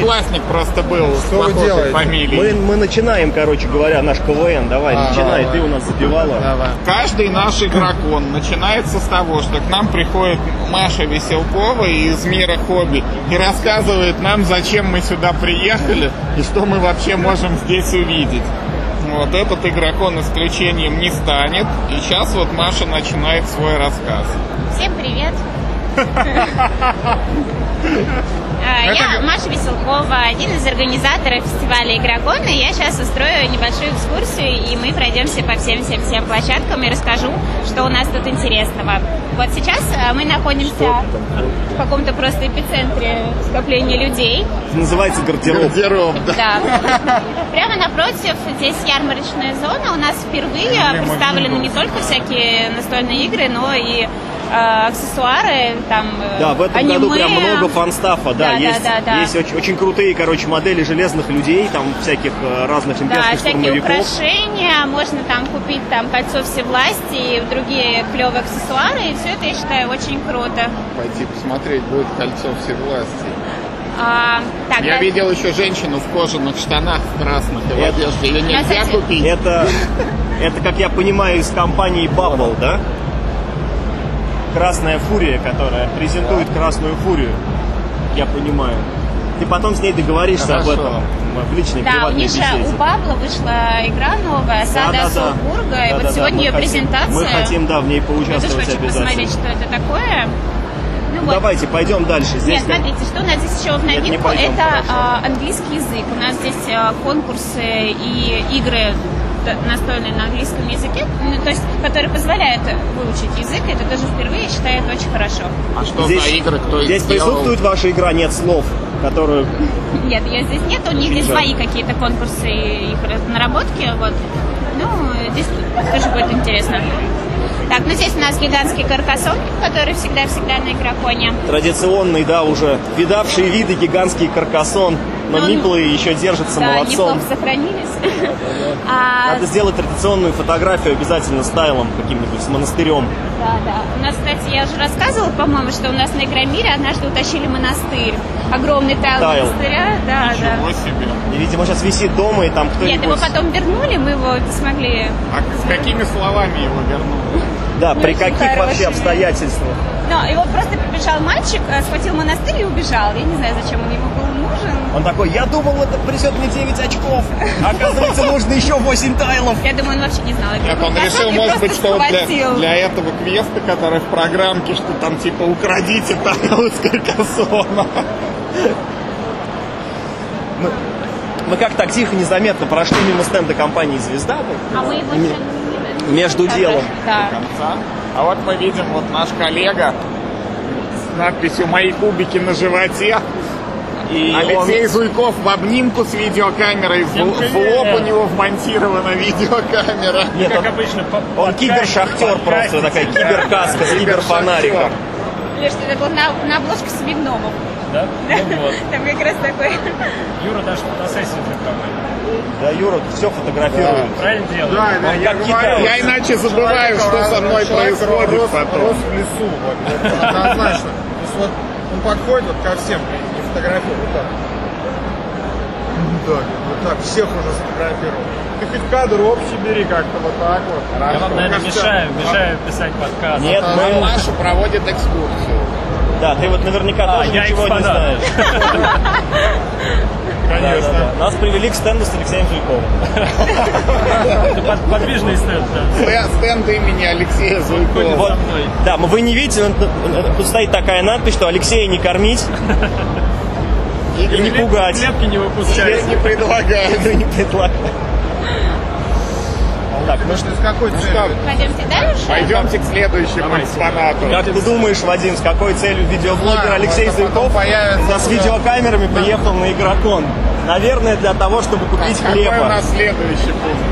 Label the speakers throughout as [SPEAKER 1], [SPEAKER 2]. [SPEAKER 1] Согласник просто был с
[SPEAKER 2] Что вы
[SPEAKER 1] плохой
[SPEAKER 2] делаете?
[SPEAKER 1] фамилией.
[SPEAKER 3] Мы, мы начинаем, короче говоря, наш КВН. Давай,
[SPEAKER 2] Ага.
[SPEAKER 3] начинай. Ты у нас забивала.
[SPEAKER 2] Давай.
[SPEAKER 1] Каждый наш игрокон начинается с того, что к нам приходит Маша Веселкова из мира хобби и рассказывает нам, зачем мы сюда приехали и что мы вообще можем здесь увидеть. Вот этот игрокон исключением не станет. И сейчас вот Маша начинает свой рассказ.
[SPEAKER 4] Всем привет! А, Я Маша Веселкова, один из организаторов фестиваля Игрокон, и я сейчас устрою небольшую экскурсию, и мы пройдемся по всем-всем-всем площадкам и расскажу, что у нас тут интересного. Вот сейчас а, мы находимся в каком-то просто эпицентре скопления людей.
[SPEAKER 3] Это Называется гардероб.
[SPEAKER 1] Гардероб, да.
[SPEAKER 4] Да. Прямо напротив здесь ярмарочная зона. У нас впервые представлены не только всякие настольные игры, но и э, аксессуары, там, э,
[SPEAKER 3] Да, в этом
[SPEAKER 4] аниме.
[SPEAKER 3] году прям много фанстафа, да,
[SPEAKER 4] Да, да,
[SPEAKER 3] есть,
[SPEAKER 4] да, да.
[SPEAKER 3] есть очень, очень крутые, короче, модели железных людей, там всяких э, разных
[SPEAKER 4] Да,
[SPEAKER 3] имперских
[SPEAKER 4] всякие
[SPEAKER 3] штурмовиков.
[SPEAKER 4] украшения, можно там купить там кольцо всевласти и другие клевые аксессуары, и все это, я считаю, очень круто.
[SPEAKER 1] Пойти посмотреть будет кольцо всевласти.
[SPEAKER 4] А, так,
[SPEAKER 1] Я
[SPEAKER 4] да-
[SPEAKER 1] видел еще женщину в кожаных штанах красных и в
[SPEAKER 3] Это-
[SPEAKER 1] одежде. Ее
[SPEAKER 4] Я,
[SPEAKER 1] нельзя
[SPEAKER 4] кстати,
[SPEAKER 1] купить.
[SPEAKER 3] Это, это, как я понимаю, из компании Bubble, да? Красная фурия, которая презентует красную фурию, я понимаю. Ты потом с ней договоришься
[SPEAKER 1] Хорошо.
[SPEAKER 3] об этом э, в личной
[SPEAKER 4] Да, у
[SPEAKER 3] приватной
[SPEAKER 4] них же
[SPEAKER 3] беседе.
[SPEAKER 4] у Павла вышла игра
[SPEAKER 3] Да,
[SPEAKER 4] новая, «Сада
[SPEAKER 3] А, да, да.
[SPEAKER 4] Солбурга», и
[SPEAKER 3] Да,
[SPEAKER 4] вот
[SPEAKER 3] да, да,
[SPEAKER 4] сегодня
[SPEAKER 3] мы
[SPEAKER 4] ее
[SPEAKER 3] хотим-
[SPEAKER 4] презентация.
[SPEAKER 3] Мы хотим, да, в ней
[SPEAKER 4] Я тоже
[SPEAKER 3] поучаствовать
[SPEAKER 4] хочу
[SPEAKER 3] обязательно.
[SPEAKER 4] посмотреть, что это такое. Ну вот.
[SPEAKER 3] Давайте пойдем дальше. Здесь
[SPEAKER 4] Нет, смотрите, что у нас здесь еще в
[SPEAKER 3] Нет, не
[SPEAKER 4] новинку,
[SPEAKER 3] пойдем,
[SPEAKER 4] это
[SPEAKER 3] хорошо.
[SPEAKER 4] а, английский язык. У нас здесь а, конкурсы и игры д- настольные на английском языке, ну, то есть, которые позволяют выучить язык, это тоже впервые, я считаю, это очень хорошо.
[SPEAKER 1] А что
[SPEAKER 3] здесь,
[SPEAKER 1] за игры, кто их
[SPEAKER 3] здесь
[SPEAKER 1] сделал?
[SPEAKER 3] присутствует ваша игра «Нет слов», которую
[SPEAKER 4] Нет, ее здесь нет, у них здесь
[SPEAKER 3] Жаль.
[SPEAKER 4] свои какие-то конкурсы и их раз- наработки, вот. Ну, здесь тоже будет интересно. Так, ну здесь у нас гигантский каркасон, который всегда-всегда на игроконе.
[SPEAKER 3] традиционный, да, уже видавшие виды гигантский каркасон, но
[SPEAKER 4] Ну,
[SPEAKER 3] Миплы еще держатся
[SPEAKER 4] Да,
[SPEAKER 3] молодцом.
[SPEAKER 4] неплохо сохранились. А,
[SPEAKER 3] Надо сделать традиционную фотографию обязательно с тайлом каким-нибудь, с монастырем.
[SPEAKER 4] Да, да. У нас, кстати, я уже рассказывала, по-моему, что у нас на Игромире однажды утащили монастырь. Огромный тайл,
[SPEAKER 3] Тайл.
[SPEAKER 4] монастыря. Да, да.
[SPEAKER 1] Ничего себе.
[SPEAKER 3] И, видимо, сейчас висит дома, и там
[SPEAKER 4] Нет,
[SPEAKER 3] кто-нибудь...
[SPEAKER 4] его потом вернули, мы его не смогли.
[SPEAKER 1] А с какими словами его вернули?
[SPEAKER 3] Да, при
[SPEAKER 4] Очень
[SPEAKER 3] каких вообще
[SPEAKER 4] хороший.
[SPEAKER 3] обстоятельствах?
[SPEAKER 4] Но его просто прибежал мальчик, э, схватил монастырь и убежал. Я не знаю, зачем он ему был нужен.
[SPEAKER 3] Он такой, я думал, это придет мне 9 очков, а оказывается, нужно еще 8 тайлов.
[SPEAKER 4] Я думаю, он вообще не знал. А
[SPEAKER 1] Нет, он решил, может быть, что вот для, для этого квеста, который в программке, что там типа украдите тайл из каркасона.
[SPEAKER 3] Мы как так тихо, незаметно прошли мимо стенда компании «Звезда».
[SPEAKER 4] А мы его не-
[SPEAKER 3] Между делом.
[SPEAKER 4] Да.
[SPEAKER 1] Конца. А вот мы видим, вот наш коллега с надписью «Мои кубики на животе».
[SPEAKER 5] А
[SPEAKER 3] И
[SPEAKER 1] Алексей Зуйков в обнимку с видеокамерой. В, в лоб у него вмонтирована видеокамера.
[SPEAKER 3] Нет,
[SPEAKER 5] Как
[SPEAKER 3] он-
[SPEAKER 5] обычно, по-
[SPEAKER 3] Он
[SPEAKER 5] подкаст-
[SPEAKER 3] кибершахтер просто,
[SPEAKER 5] подкастите,
[SPEAKER 3] такая
[SPEAKER 5] да.
[SPEAKER 3] киберкаска с киберфонариком.
[SPEAKER 4] Леш, это было на, на обложке себе гномов.
[SPEAKER 5] Да? Ну вот.
[SPEAKER 4] Там как раз такой.
[SPEAKER 5] Юра даже фотосессию закрывает.
[SPEAKER 3] Да, Юра все фотографирует.
[SPEAKER 5] Правильно делает?
[SPEAKER 2] Да, да,
[SPEAKER 3] Он
[SPEAKER 2] я
[SPEAKER 3] как
[SPEAKER 2] говорю.
[SPEAKER 1] Я иначе забываю, что со мной
[SPEAKER 2] Человек
[SPEAKER 1] происходит
[SPEAKER 2] рос,
[SPEAKER 1] потом.
[SPEAKER 2] рос в лесу, вот, вот, однозначно. То есть вот он подходит вот ко всем и фотографирует вот так. Так, вот так, всех уже сфотографировал. Ты хоть кадр общий бери как-то вот так вот.
[SPEAKER 5] Я вам, наверное,
[SPEAKER 2] Кажется,
[SPEAKER 5] мешаю, мешаю писать подкаст.
[SPEAKER 3] Нет,
[SPEAKER 1] А
[SPEAKER 3] мы...
[SPEAKER 1] Маша проводит экскурсию.
[SPEAKER 3] Да, ты вот наверняка
[SPEAKER 5] А,
[SPEAKER 3] тоже
[SPEAKER 5] я
[SPEAKER 3] ничего не
[SPEAKER 5] экспонат.
[SPEAKER 3] знаешь. Да, да,
[SPEAKER 2] Конечно.
[SPEAKER 3] да. Нас привели к стенду с Алексеем Жуйковым.
[SPEAKER 5] Это под- подвижный стенд, да.
[SPEAKER 1] Стэ- Стенд имени Алексея Зуйкова.
[SPEAKER 3] Вот.
[SPEAKER 5] Со мной.
[SPEAKER 3] Да, мы- вы не видите, но тут- тут стоит такая надпись, что Алексея не кормить и не
[SPEAKER 5] Клеп-
[SPEAKER 3] пугать.
[SPEAKER 5] Клепки не
[SPEAKER 1] Здесь
[SPEAKER 5] выпускать.
[SPEAKER 1] не предлагаю.
[SPEAKER 3] Игры не предлагать. Так, ну что,
[SPEAKER 2] С какой
[SPEAKER 1] что,
[SPEAKER 2] целью?
[SPEAKER 4] Пойдемте дальше.
[SPEAKER 1] Пойдемте к следующему экспонату.
[SPEAKER 3] как ты думаешь, Вадим, с какой целью видеоблогер
[SPEAKER 2] Да,
[SPEAKER 3] Алексей
[SPEAKER 2] вот, а потом
[SPEAKER 3] Зуйков
[SPEAKER 2] появится
[SPEAKER 3] да, с видеокамерами приехал на Игрокон? Наверное, для того, чтобы купить
[SPEAKER 1] Какой у
[SPEAKER 3] хлеба.
[SPEAKER 1] нас следующий пункт?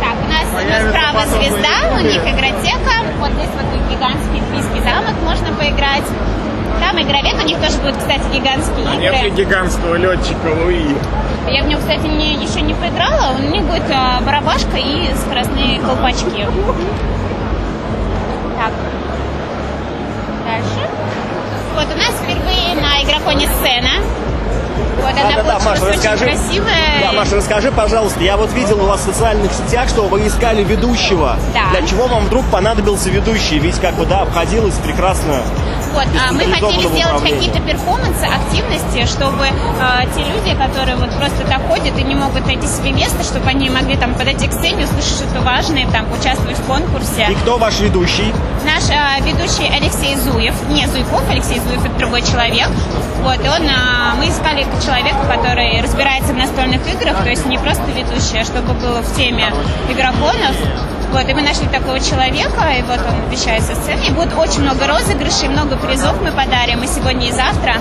[SPEAKER 4] Так, у нас
[SPEAKER 3] А
[SPEAKER 2] Появится
[SPEAKER 4] справа
[SPEAKER 2] потом
[SPEAKER 4] звезда,
[SPEAKER 2] на
[SPEAKER 4] у
[SPEAKER 2] Ютубе.
[SPEAKER 4] них игротека. Вот здесь вот и гигантский эльфийский замок можно поиграть. Там игровед, у них тоже будут, кстати, гигантские
[SPEAKER 3] А,
[SPEAKER 1] Нет ли
[SPEAKER 4] игры.
[SPEAKER 1] гигантского летчика Луи?
[SPEAKER 4] Я в нем, кстати, не, еще не поиграла. У них будет а, барабашка и скоростные колпачки. Так. Дальше. Вот у нас впервые на на игроконе сцена. Вот она
[SPEAKER 3] Да-да-да,
[SPEAKER 4] получилась
[SPEAKER 3] А, Маша,
[SPEAKER 4] очень
[SPEAKER 3] расскажи.
[SPEAKER 4] красивая.
[SPEAKER 3] Да, Маша, расскажи, пожалуйста, я вот видел у вас в социальных сетях, что вы искали ведущего.
[SPEAKER 4] Да.
[SPEAKER 3] Для чего вам вдруг понадобился ведущий? Ведь как бы, да, обходилось прекрасно.
[SPEAKER 4] Вот, а, мы хотели
[SPEAKER 3] централизованного
[SPEAKER 4] сделать
[SPEAKER 3] управления.
[SPEAKER 4] какие-то перформансы, активности, чтобы э, те люди, которые вот просто так ходят и не могут найти себе место, чтобы они могли там подойти к сцене, услышать что-то важное, там участвовать в конкурсе.
[SPEAKER 3] И кто ваш ведущий?
[SPEAKER 4] Наш э, ведущий Алексей Зуев, не Зуйков, Алексей Зуев это другой человек. Вот, и он, э, мы искали человека, который разбирается в настольных играх, то есть не просто ведущий, а чтобы был в теме игроконов. Вот, и мы нашли такого человека, и вот он отвечает со сцены. И будет очень много розыгрышей, много призов мы подарим и сегодня, и завтра.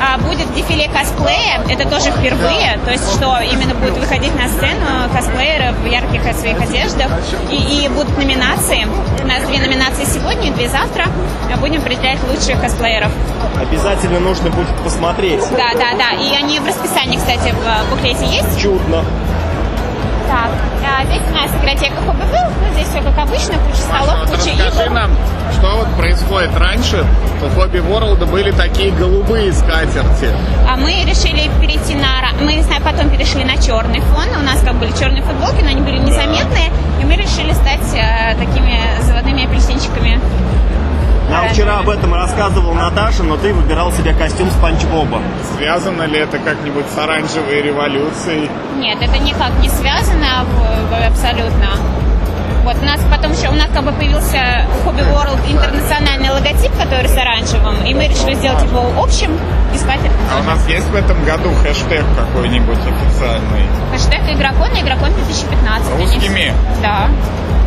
[SPEAKER 4] А будет дефиле косплея, это тоже впервые, то есть что именно будут выходить на сцену косплееры в ярких своих одеждах. И, и будут номинации. У нас две номинации сегодня и две завтра. А Будем определять лучших косплееров.
[SPEAKER 3] Обязательно нужно будет посмотреть.
[SPEAKER 4] Да, да, да. И они в расписании, кстати, в э, буклете есть.
[SPEAKER 3] Чудно.
[SPEAKER 4] Так, а здесь у нас игротека ХББ. Ну, здесь все как обычно, куча
[SPEAKER 1] Маша,
[SPEAKER 4] столов,
[SPEAKER 1] вот
[SPEAKER 4] куча
[SPEAKER 1] расскажи
[SPEAKER 4] игр.
[SPEAKER 1] нам, что вот происходит раньше. У Хобби Ворлда были такие голубые скатерти.
[SPEAKER 4] А мы решили перейти на... ра- Мы, не знаю, потом перешли на черный фон. У нас как были черные футболки, но они были незаметные. И мы решили стать э, такими заводными апельсинчиками.
[SPEAKER 3] Нам вчера об этом рассказывала Наташа, но ты выбирал себе костюм Спанч Боба.
[SPEAKER 1] Связано ли это как-нибудь с оранжевой революцией?
[SPEAKER 4] Нет, это никак не связано в- в- абсолютно. Вот у нас потом еще, у нас как бы появился у Hobby World интернациональный логотип, который с оранжевым, и мы решили сделать его общим и скатерть.
[SPEAKER 1] А у нас есть в этом году хэштег какой-нибудь официальный?
[SPEAKER 4] Хэштег игрокон и игрокон 2015. они
[SPEAKER 1] Русскими?
[SPEAKER 4] все- Да.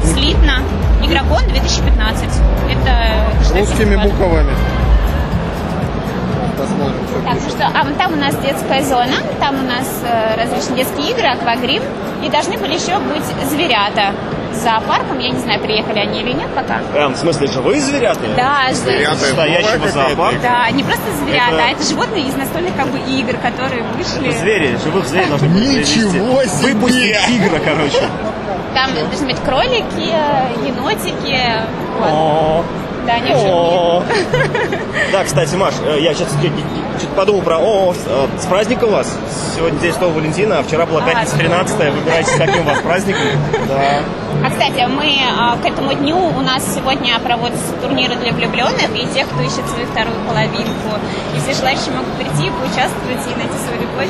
[SPEAKER 4] Слитно. Игрокон 2015. Это хэштег
[SPEAKER 2] Русскими
[SPEAKER 4] игрокон.
[SPEAKER 2] буквами. Посмотрим, что
[SPEAKER 4] Так, ну что, а вон там у нас детская зона, там у нас э, различные детские игры, аквагрим, и должны были еще быть зверята с зоопарком, я не знаю, приехали они или нет пока.
[SPEAKER 3] Эм, в смысле, живые зверята?
[SPEAKER 4] Да, ж-
[SPEAKER 1] Ребята,
[SPEAKER 3] Настоящего
[SPEAKER 1] бывает
[SPEAKER 3] зоопарка?
[SPEAKER 1] какая-то
[SPEAKER 4] да, не просто зверята,
[SPEAKER 3] Это-
[SPEAKER 4] а это животные из настольных как бы игр, которые вышли.
[SPEAKER 3] Звери, живых зверей должны были
[SPEAKER 1] Ничего
[SPEAKER 3] привезти.
[SPEAKER 1] себе!
[SPEAKER 3] Выпустить тигра, короче.
[SPEAKER 4] Там должны быть кролики, э, енотики. Вот.
[SPEAKER 3] О.
[SPEAKER 4] Да, они очень милые.
[SPEAKER 3] О. Да, кстати, Маш, э, я сейчас чуть подумал про... О, с э, с праздником вас! Сегодня день Святого Валентина, а вчера была
[SPEAKER 4] А,
[SPEAKER 3] пятница 13 Выбирайте, с каким у вас праздником. Да.
[SPEAKER 4] А кстати, мы а, к этому дню у нас сегодня проводятся турниры для влюбленных и тех, кто ищет свою вторую половинку. И все желающие могут прийти, поучаствовать и найти свою любовь.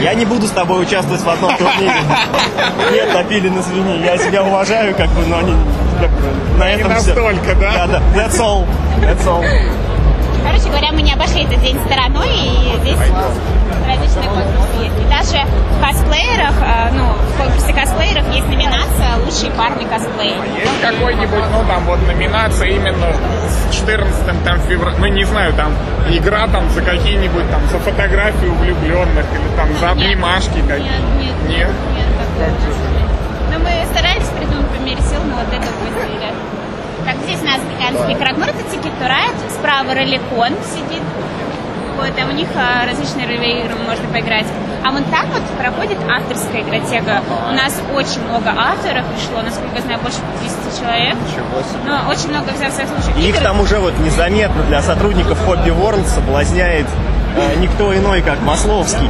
[SPEAKER 3] Я не буду с тобой участвовать в одном турнире. Нет, Топилин, извини, я тебя уважаю, как бы, но не... как бы, на этом всё.
[SPEAKER 1] настолько, да?
[SPEAKER 3] Да, да. That's all. That's all.
[SPEAKER 4] Короче говоря, мы не обошли этот день стороной, и здесь различные конкурсы есть. И даже в косплеерах, а, ну, в конкурсе косплееров есть номинация «Лучший парный косплей».
[SPEAKER 1] Есть какой-нибудь, ну там вот номинация именно с 14 там февраля, ну не знаю, там игра там за какие-нибудь там, за фотографию влюбленных или там за обнимашки
[SPEAKER 4] Нет,
[SPEAKER 1] какие-то.
[SPEAKER 4] нет, нет,
[SPEAKER 1] Нет?
[SPEAKER 4] такого у нас нет. Но мы старались придумать по мере сил, но вот это выделили. Так, здесь у нас гигантский крагмар, это Тикет to Ride. справа роликон сидит. Вот, а у них а, различные ролевые игры можно поиграть. А вот так вот проходит авторская игротека. У нас очень много авторов пришло, насколько я знаю, больше 50 человек. Но очень много взявших случаев.
[SPEAKER 3] И их
[SPEAKER 4] игр.
[SPEAKER 3] там уже вот незаметно для сотрудников Хобби Ворлд соблазняет э, никто иной, как Масловский.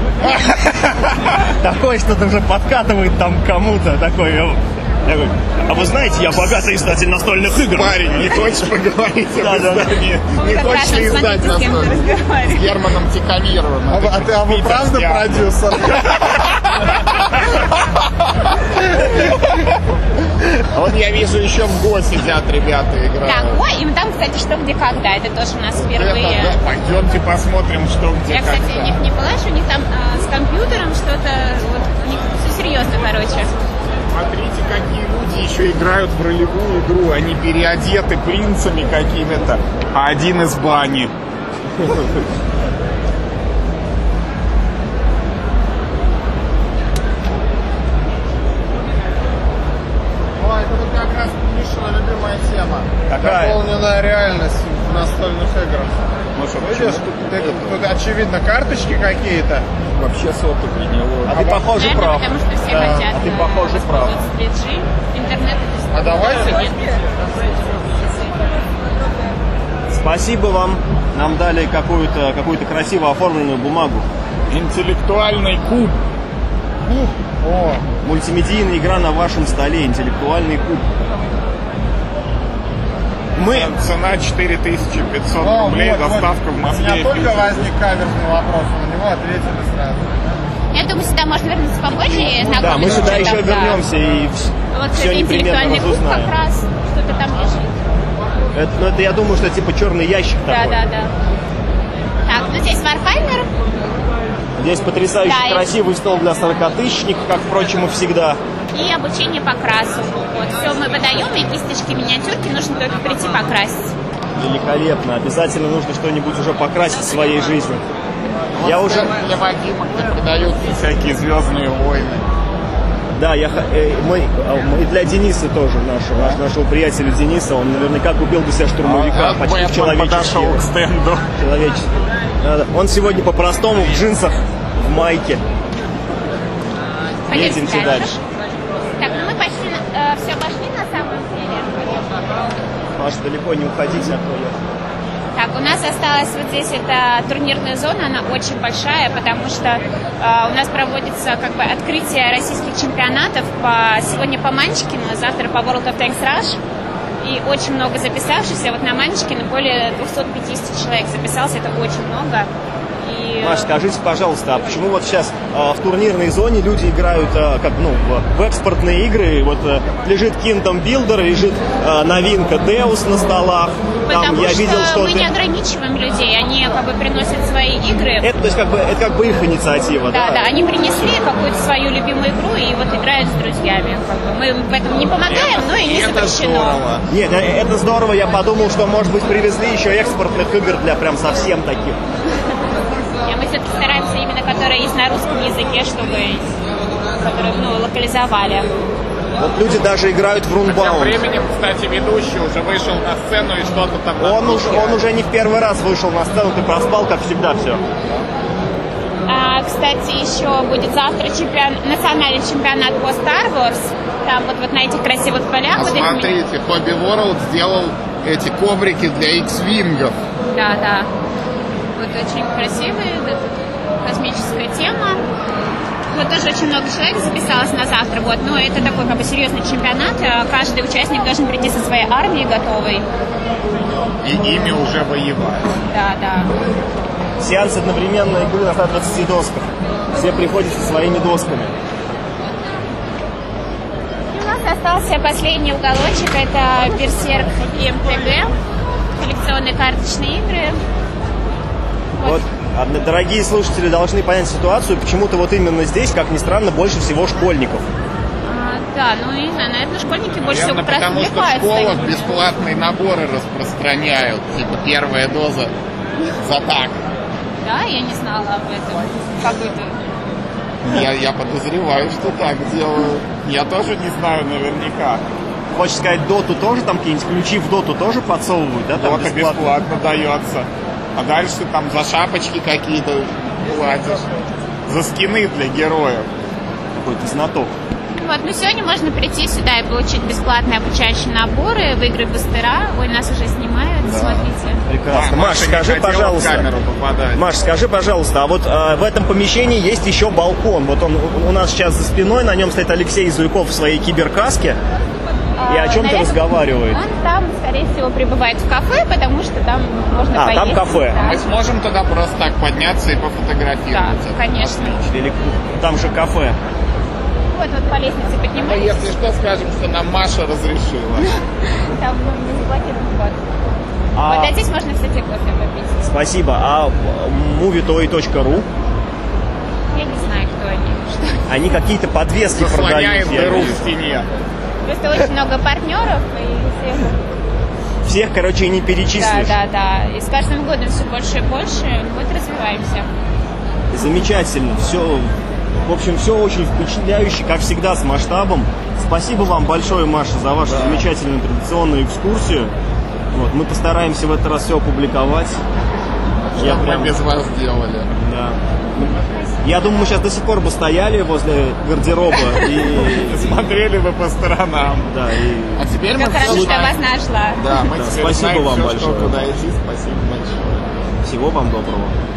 [SPEAKER 3] Такой что-то уже подкатывает там кому-то, такой... э, такой, А вы знаете, я богатый издатель настольных игр.
[SPEAKER 1] Парень, не хочешь поговорить об
[SPEAKER 3] Да-да-да.
[SPEAKER 1] издании?
[SPEAKER 4] Вы
[SPEAKER 1] Не
[SPEAKER 4] как раз
[SPEAKER 1] хочешь ли
[SPEAKER 4] там
[SPEAKER 1] издать
[SPEAKER 4] смотрите, с кем-то
[SPEAKER 1] настолько?
[SPEAKER 4] разговариваете.
[SPEAKER 1] С Германом Тикамировым.
[SPEAKER 2] А, вы- а ты, а вы правда
[SPEAKER 1] Я-
[SPEAKER 2] продюсер?
[SPEAKER 1] А вот я вижу, еще в ГО сидят ребята
[SPEAKER 4] Так,
[SPEAKER 1] играют.
[SPEAKER 4] ой, и там, кстати, что, где, когда. Это тоже у нас
[SPEAKER 1] Это,
[SPEAKER 4] впервые.
[SPEAKER 1] да, пойдемте посмотрим, что где,
[SPEAKER 4] Я,
[SPEAKER 1] как.
[SPEAKER 4] кстати,
[SPEAKER 1] там.
[SPEAKER 4] не, не поняла, что у них там а, с компьютером что-то, вот, у них все серьезно, короче.
[SPEAKER 1] Смотрите, какие люди еще играют в ролевую игру. Они переодеты принцами какими-то, а один из бани.
[SPEAKER 2] Ну, О, а это вот как раз Мишина любимая тема.
[SPEAKER 3] Какая?
[SPEAKER 2] Дополненная реальность в настольных играх.
[SPEAKER 1] Ну что,
[SPEAKER 2] Видишь, ты- тут очевидно карточки какие-то.
[SPEAKER 1] вообще сотовый не
[SPEAKER 3] А ты, похоже,
[SPEAKER 4] Наверное,
[SPEAKER 3] прав.
[SPEAKER 4] потому что все
[SPEAKER 3] Да,
[SPEAKER 4] хотят
[SPEAKER 3] а ты,
[SPEAKER 4] э,
[SPEAKER 3] похоже, прав.
[SPEAKER 4] воспользоваться 3G, интернет.
[SPEAKER 2] А давайте-
[SPEAKER 4] Нет.
[SPEAKER 3] Спасибо вам. нам дали какую-то какую красиво оформленную бумагу.
[SPEAKER 1] Интеллектуальный куб.
[SPEAKER 2] Ух, О,
[SPEAKER 3] Мультимедийная игра на вашем столе, интеллектуальный куб. Мы,
[SPEAKER 1] Цена 4500
[SPEAKER 2] о,
[SPEAKER 1] рублей,
[SPEAKER 2] вот, вот.
[SPEAKER 1] доставка в
[SPEAKER 2] У
[SPEAKER 1] Москве.
[SPEAKER 2] меня только возник каверзный вопрос, на него ответили сразу.
[SPEAKER 4] Я думаю, сюда можно вернуться попозже и
[SPEAKER 3] да, мы
[SPEAKER 4] ознакомиться,
[SPEAKER 3] сюда
[SPEAKER 4] что
[SPEAKER 3] еще
[SPEAKER 4] там за-
[SPEAKER 3] вернемся и
[SPEAKER 4] Ну, Вот,
[SPEAKER 3] все
[SPEAKER 4] кстати,
[SPEAKER 3] непременно
[SPEAKER 4] интеллектуальный
[SPEAKER 3] вас
[SPEAKER 4] клуб как
[SPEAKER 3] узнаем.
[SPEAKER 4] раз что-то там лежит.
[SPEAKER 3] Это, ну, это, я думаю, что типа черный ящик
[SPEAKER 4] Да,
[SPEAKER 3] такой.
[SPEAKER 4] да, да. Так, ну здесь Warhammer.
[SPEAKER 3] Здесь потрясающе
[SPEAKER 4] Да, и-
[SPEAKER 3] красивый стол для 40 тысячников, как, впрочем, и всегда.
[SPEAKER 4] и обучение по красу. Вот, все мы выдаем, и кисточки, миниатюрки, нужно только прийти покрасить.
[SPEAKER 3] Великолепно. Обязательно нужно что-нибудь уже покрасить в своей жизни. Я уже...
[SPEAKER 1] Для Вадима, где продаются всякие звездные войны.
[SPEAKER 3] Да, я, х- э, мы, а, мы- и для Дениса тоже, нашего, наш- нашего приятеля Дениса, он наверняка купил бы себе штурмовика
[SPEAKER 1] Как
[SPEAKER 3] почти в
[SPEAKER 1] Бэтмен подошел
[SPEAKER 3] человеческие.
[SPEAKER 1] к стенду.
[SPEAKER 3] человеческий. Да-да. Он сегодня по-простому в джинсах, в майке.
[SPEAKER 4] Пойдёмте
[SPEAKER 3] Едемте дальше.
[SPEAKER 4] Так, ну мы почти все обошли на самом деле.
[SPEAKER 3] Паш, далеко не уходите, а то я-
[SPEAKER 4] Так, у нас осталась вот здесь эта турнирная зона, она очень большая, потому что э, у нас проводится как бы открытие российских чемпионатов по, сегодня по Манчкину, а завтра по World of Tanks Rush. И очень много записавшихся, вот на Манчкина более 250 человек записался, это очень много. И...
[SPEAKER 3] Маш, скажите, пожалуйста, а почему вот сейчас а, в турнирной зоне люди играют а, как ну в, в экспортные игры? Вот а, лежит Kingdom Builder, лежит а, новинка Deus на столах. Там
[SPEAKER 4] Потому
[SPEAKER 3] я
[SPEAKER 4] что
[SPEAKER 3] видел, что
[SPEAKER 4] мы
[SPEAKER 3] ты-
[SPEAKER 4] не ограничиваем людей, они как бы приносят свои игры.
[SPEAKER 3] это то есть как бы это как бы их инициатива,
[SPEAKER 4] Да, да, они принесли какую-то свою любимую игру и вот играют с друзьями. как бы. Мы им в этом не помогаем, но и не запрещено.
[SPEAKER 1] здорово.
[SPEAKER 3] Нет, э, это здорово, я подумал, что, может быть, привезли еще экспортных игр для прям совсем таких.
[SPEAKER 4] И А Мы все-таки стараемся именно, которые есть на русском языке, чтобы которые, ну, локализовали.
[SPEAKER 3] Вот люди даже играют в
[SPEAKER 1] Тем
[SPEAKER 3] Runbound.
[SPEAKER 1] временем, кстати, ведущий уже вышел на сцену и что-то там...
[SPEAKER 3] Он, уж,
[SPEAKER 1] наслушал.
[SPEAKER 3] он уже не в первый раз вышел на сцену, ты проспал, как всегда, все.
[SPEAKER 4] А, кстати, еще будет завтра чемпион... национальный чемпионат по Star Wars. Там вот, вот на этих красивых полях.
[SPEAKER 1] А
[SPEAKER 4] вот этими-
[SPEAKER 1] смотрите, Хобби Ворлд сделал эти коврики для X-вингов.
[SPEAKER 4] Да, да. Вот очень красивая вот эта космическая тема. Вот тоже очень много человек записалось на завтра. Вот. Но это такой как бы серьезный чемпионат. Э, Каждый участник должен прийти со своей армией готовой.
[SPEAKER 1] И ими уже воевали.
[SPEAKER 4] Да, да.
[SPEAKER 3] Сеанс одновременной игры на 120 досках. Все приходят со своими досками.
[SPEAKER 4] И у нас остался последний уголочек. Это Берсерк и МТГ. Коллекционные карточные игры.
[SPEAKER 3] Вот, одно- дорогие слушатели должны понять ситуацию, почему-то вот именно здесь, как ни странно, больше всего школьников.
[SPEAKER 4] А, да, ну не знаю, наверное, школьники больше всего
[SPEAKER 1] Наверное,
[SPEAKER 4] как раз
[SPEAKER 1] потому что в
[SPEAKER 4] увлекаются
[SPEAKER 1] школах
[SPEAKER 4] такими.
[SPEAKER 1] бесплатные наборы распространяют. Типа первая доза за так.
[SPEAKER 4] Да, я не знала об этом. Как это?
[SPEAKER 1] Я, я подозреваю, что так делают. Я тоже не знаю наверняка.
[SPEAKER 3] Хочешь сказать, доту тоже там какие-нибудь ключи в доту тоже подсовывают, да, там
[SPEAKER 1] Вот и бесплатно дается. А дальше там за шапочки какие-то платишь. За скины для героев.
[SPEAKER 3] Какой-то знаток.
[SPEAKER 4] Вот, ну сегодня можно прийти сюда и получить бесплатные обучающие наборы, выиграть бустера. Ой, нас уже снимают, смотрите.
[SPEAKER 3] Прекрасно. Маш,
[SPEAKER 1] не
[SPEAKER 3] скажи,
[SPEAKER 1] хотела в
[SPEAKER 3] пожалуйста,
[SPEAKER 1] камеру попадать.
[SPEAKER 3] Маш, скажи, пожалуйста, а вот э, в этом помещении есть еще балкон. Вот он у- у нас сейчас за спиной, на нем стоит Алексей Зуйков в своей киберкаске. И
[SPEAKER 4] А,
[SPEAKER 3] о чем ты
[SPEAKER 4] Наверное,
[SPEAKER 3] разговаривает?
[SPEAKER 4] Он там, скорее всего, пребывает в кафе, потому что там можно
[SPEAKER 3] А, там
[SPEAKER 4] поесть.
[SPEAKER 3] кафе.
[SPEAKER 1] Мы
[SPEAKER 4] Да,
[SPEAKER 1] сможем тогда просто так подняться и пофотографировать.
[SPEAKER 4] да,
[SPEAKER 1] это?
[SPEAKER 4] конечно.
[SPEAKER 3] Или там же кафе.
[SPEAKER 4] Вот, вот по лестнице
[SPEAKER 1] Мы,
[SPEAKER 4] поднимаешься,
[SPEAKER 1] если что, скажем, что нам Маша разрешила.
[SPEAKER 4] там ну, не заблокирован вход.
[SPEAKER 3] А,
[SPEAKER 4] Вот, а здесь можно, кстати, кофе попить.
[SPEAKER 3] Спасибо. А э, movitoy.ru,
[SPEAKER 4] Я не знаю, кто они, что.
[SPEAKER 3] они какие-то подвески
[SPEAKER 1] Заслоняет
[SPEAKER 3] продают. я
[SPEAKER 1] дыру в
[SPEAKER 3] вижу.
[SPEAKER 1] стене.
[SPEAKER 4] Просто очень много партнеров, и всех
[SPEAKER 3] Всех, короче, и не
[SPEAKER 4] Да,
[SPEAKER 3] перечислишь.
[SPEAKER 4] да, да. И с каждым годом все больше и больше. Вот развиваемся.
[SPEAKER 3] Замечательно. Все, в общем, все очень впечатляюще, как всегда, с масштабом. Спасибо вам большое, Маша, за вашу замечательную традиционную экскурсию. Вот, мы постараемся в этот раз все опубликовать.
[SPEAKER 1] Что бы
[SPEAKER 3] прям-
[SPEAKER 1] мы без вас делали?
[SPEAKER 3] да. Я думаю, мы сейчас до сих пор бы стояли возле гардероба и...
[SPEAKER 1] Смотрели бы по сторонам.
[SPEAKER 3] Да, и...
[SPEAKER 1] А теперь мы
[SPEAKER 4] Как хорошо,
[SPEAKER 1] все
[SPEAKER 4] что я
[SPEAKER 1] знаем.
[SPEAKER 4] вас нашла.
[SPEAKER 1] Да, мы
[SPEAKER 3] Да,
[SPEAKER 1] теперь
[SPEAKER 3] спасибо
[SPEAKER 1] знаем
[SPEAKER 3] вам
[SPEAKER 1] всё,
[SPEAKER 3] большое.
[SPEAKER 1] Что, куда идти, спасибо большое.
[SPEAKER 3] Всего вам доброго.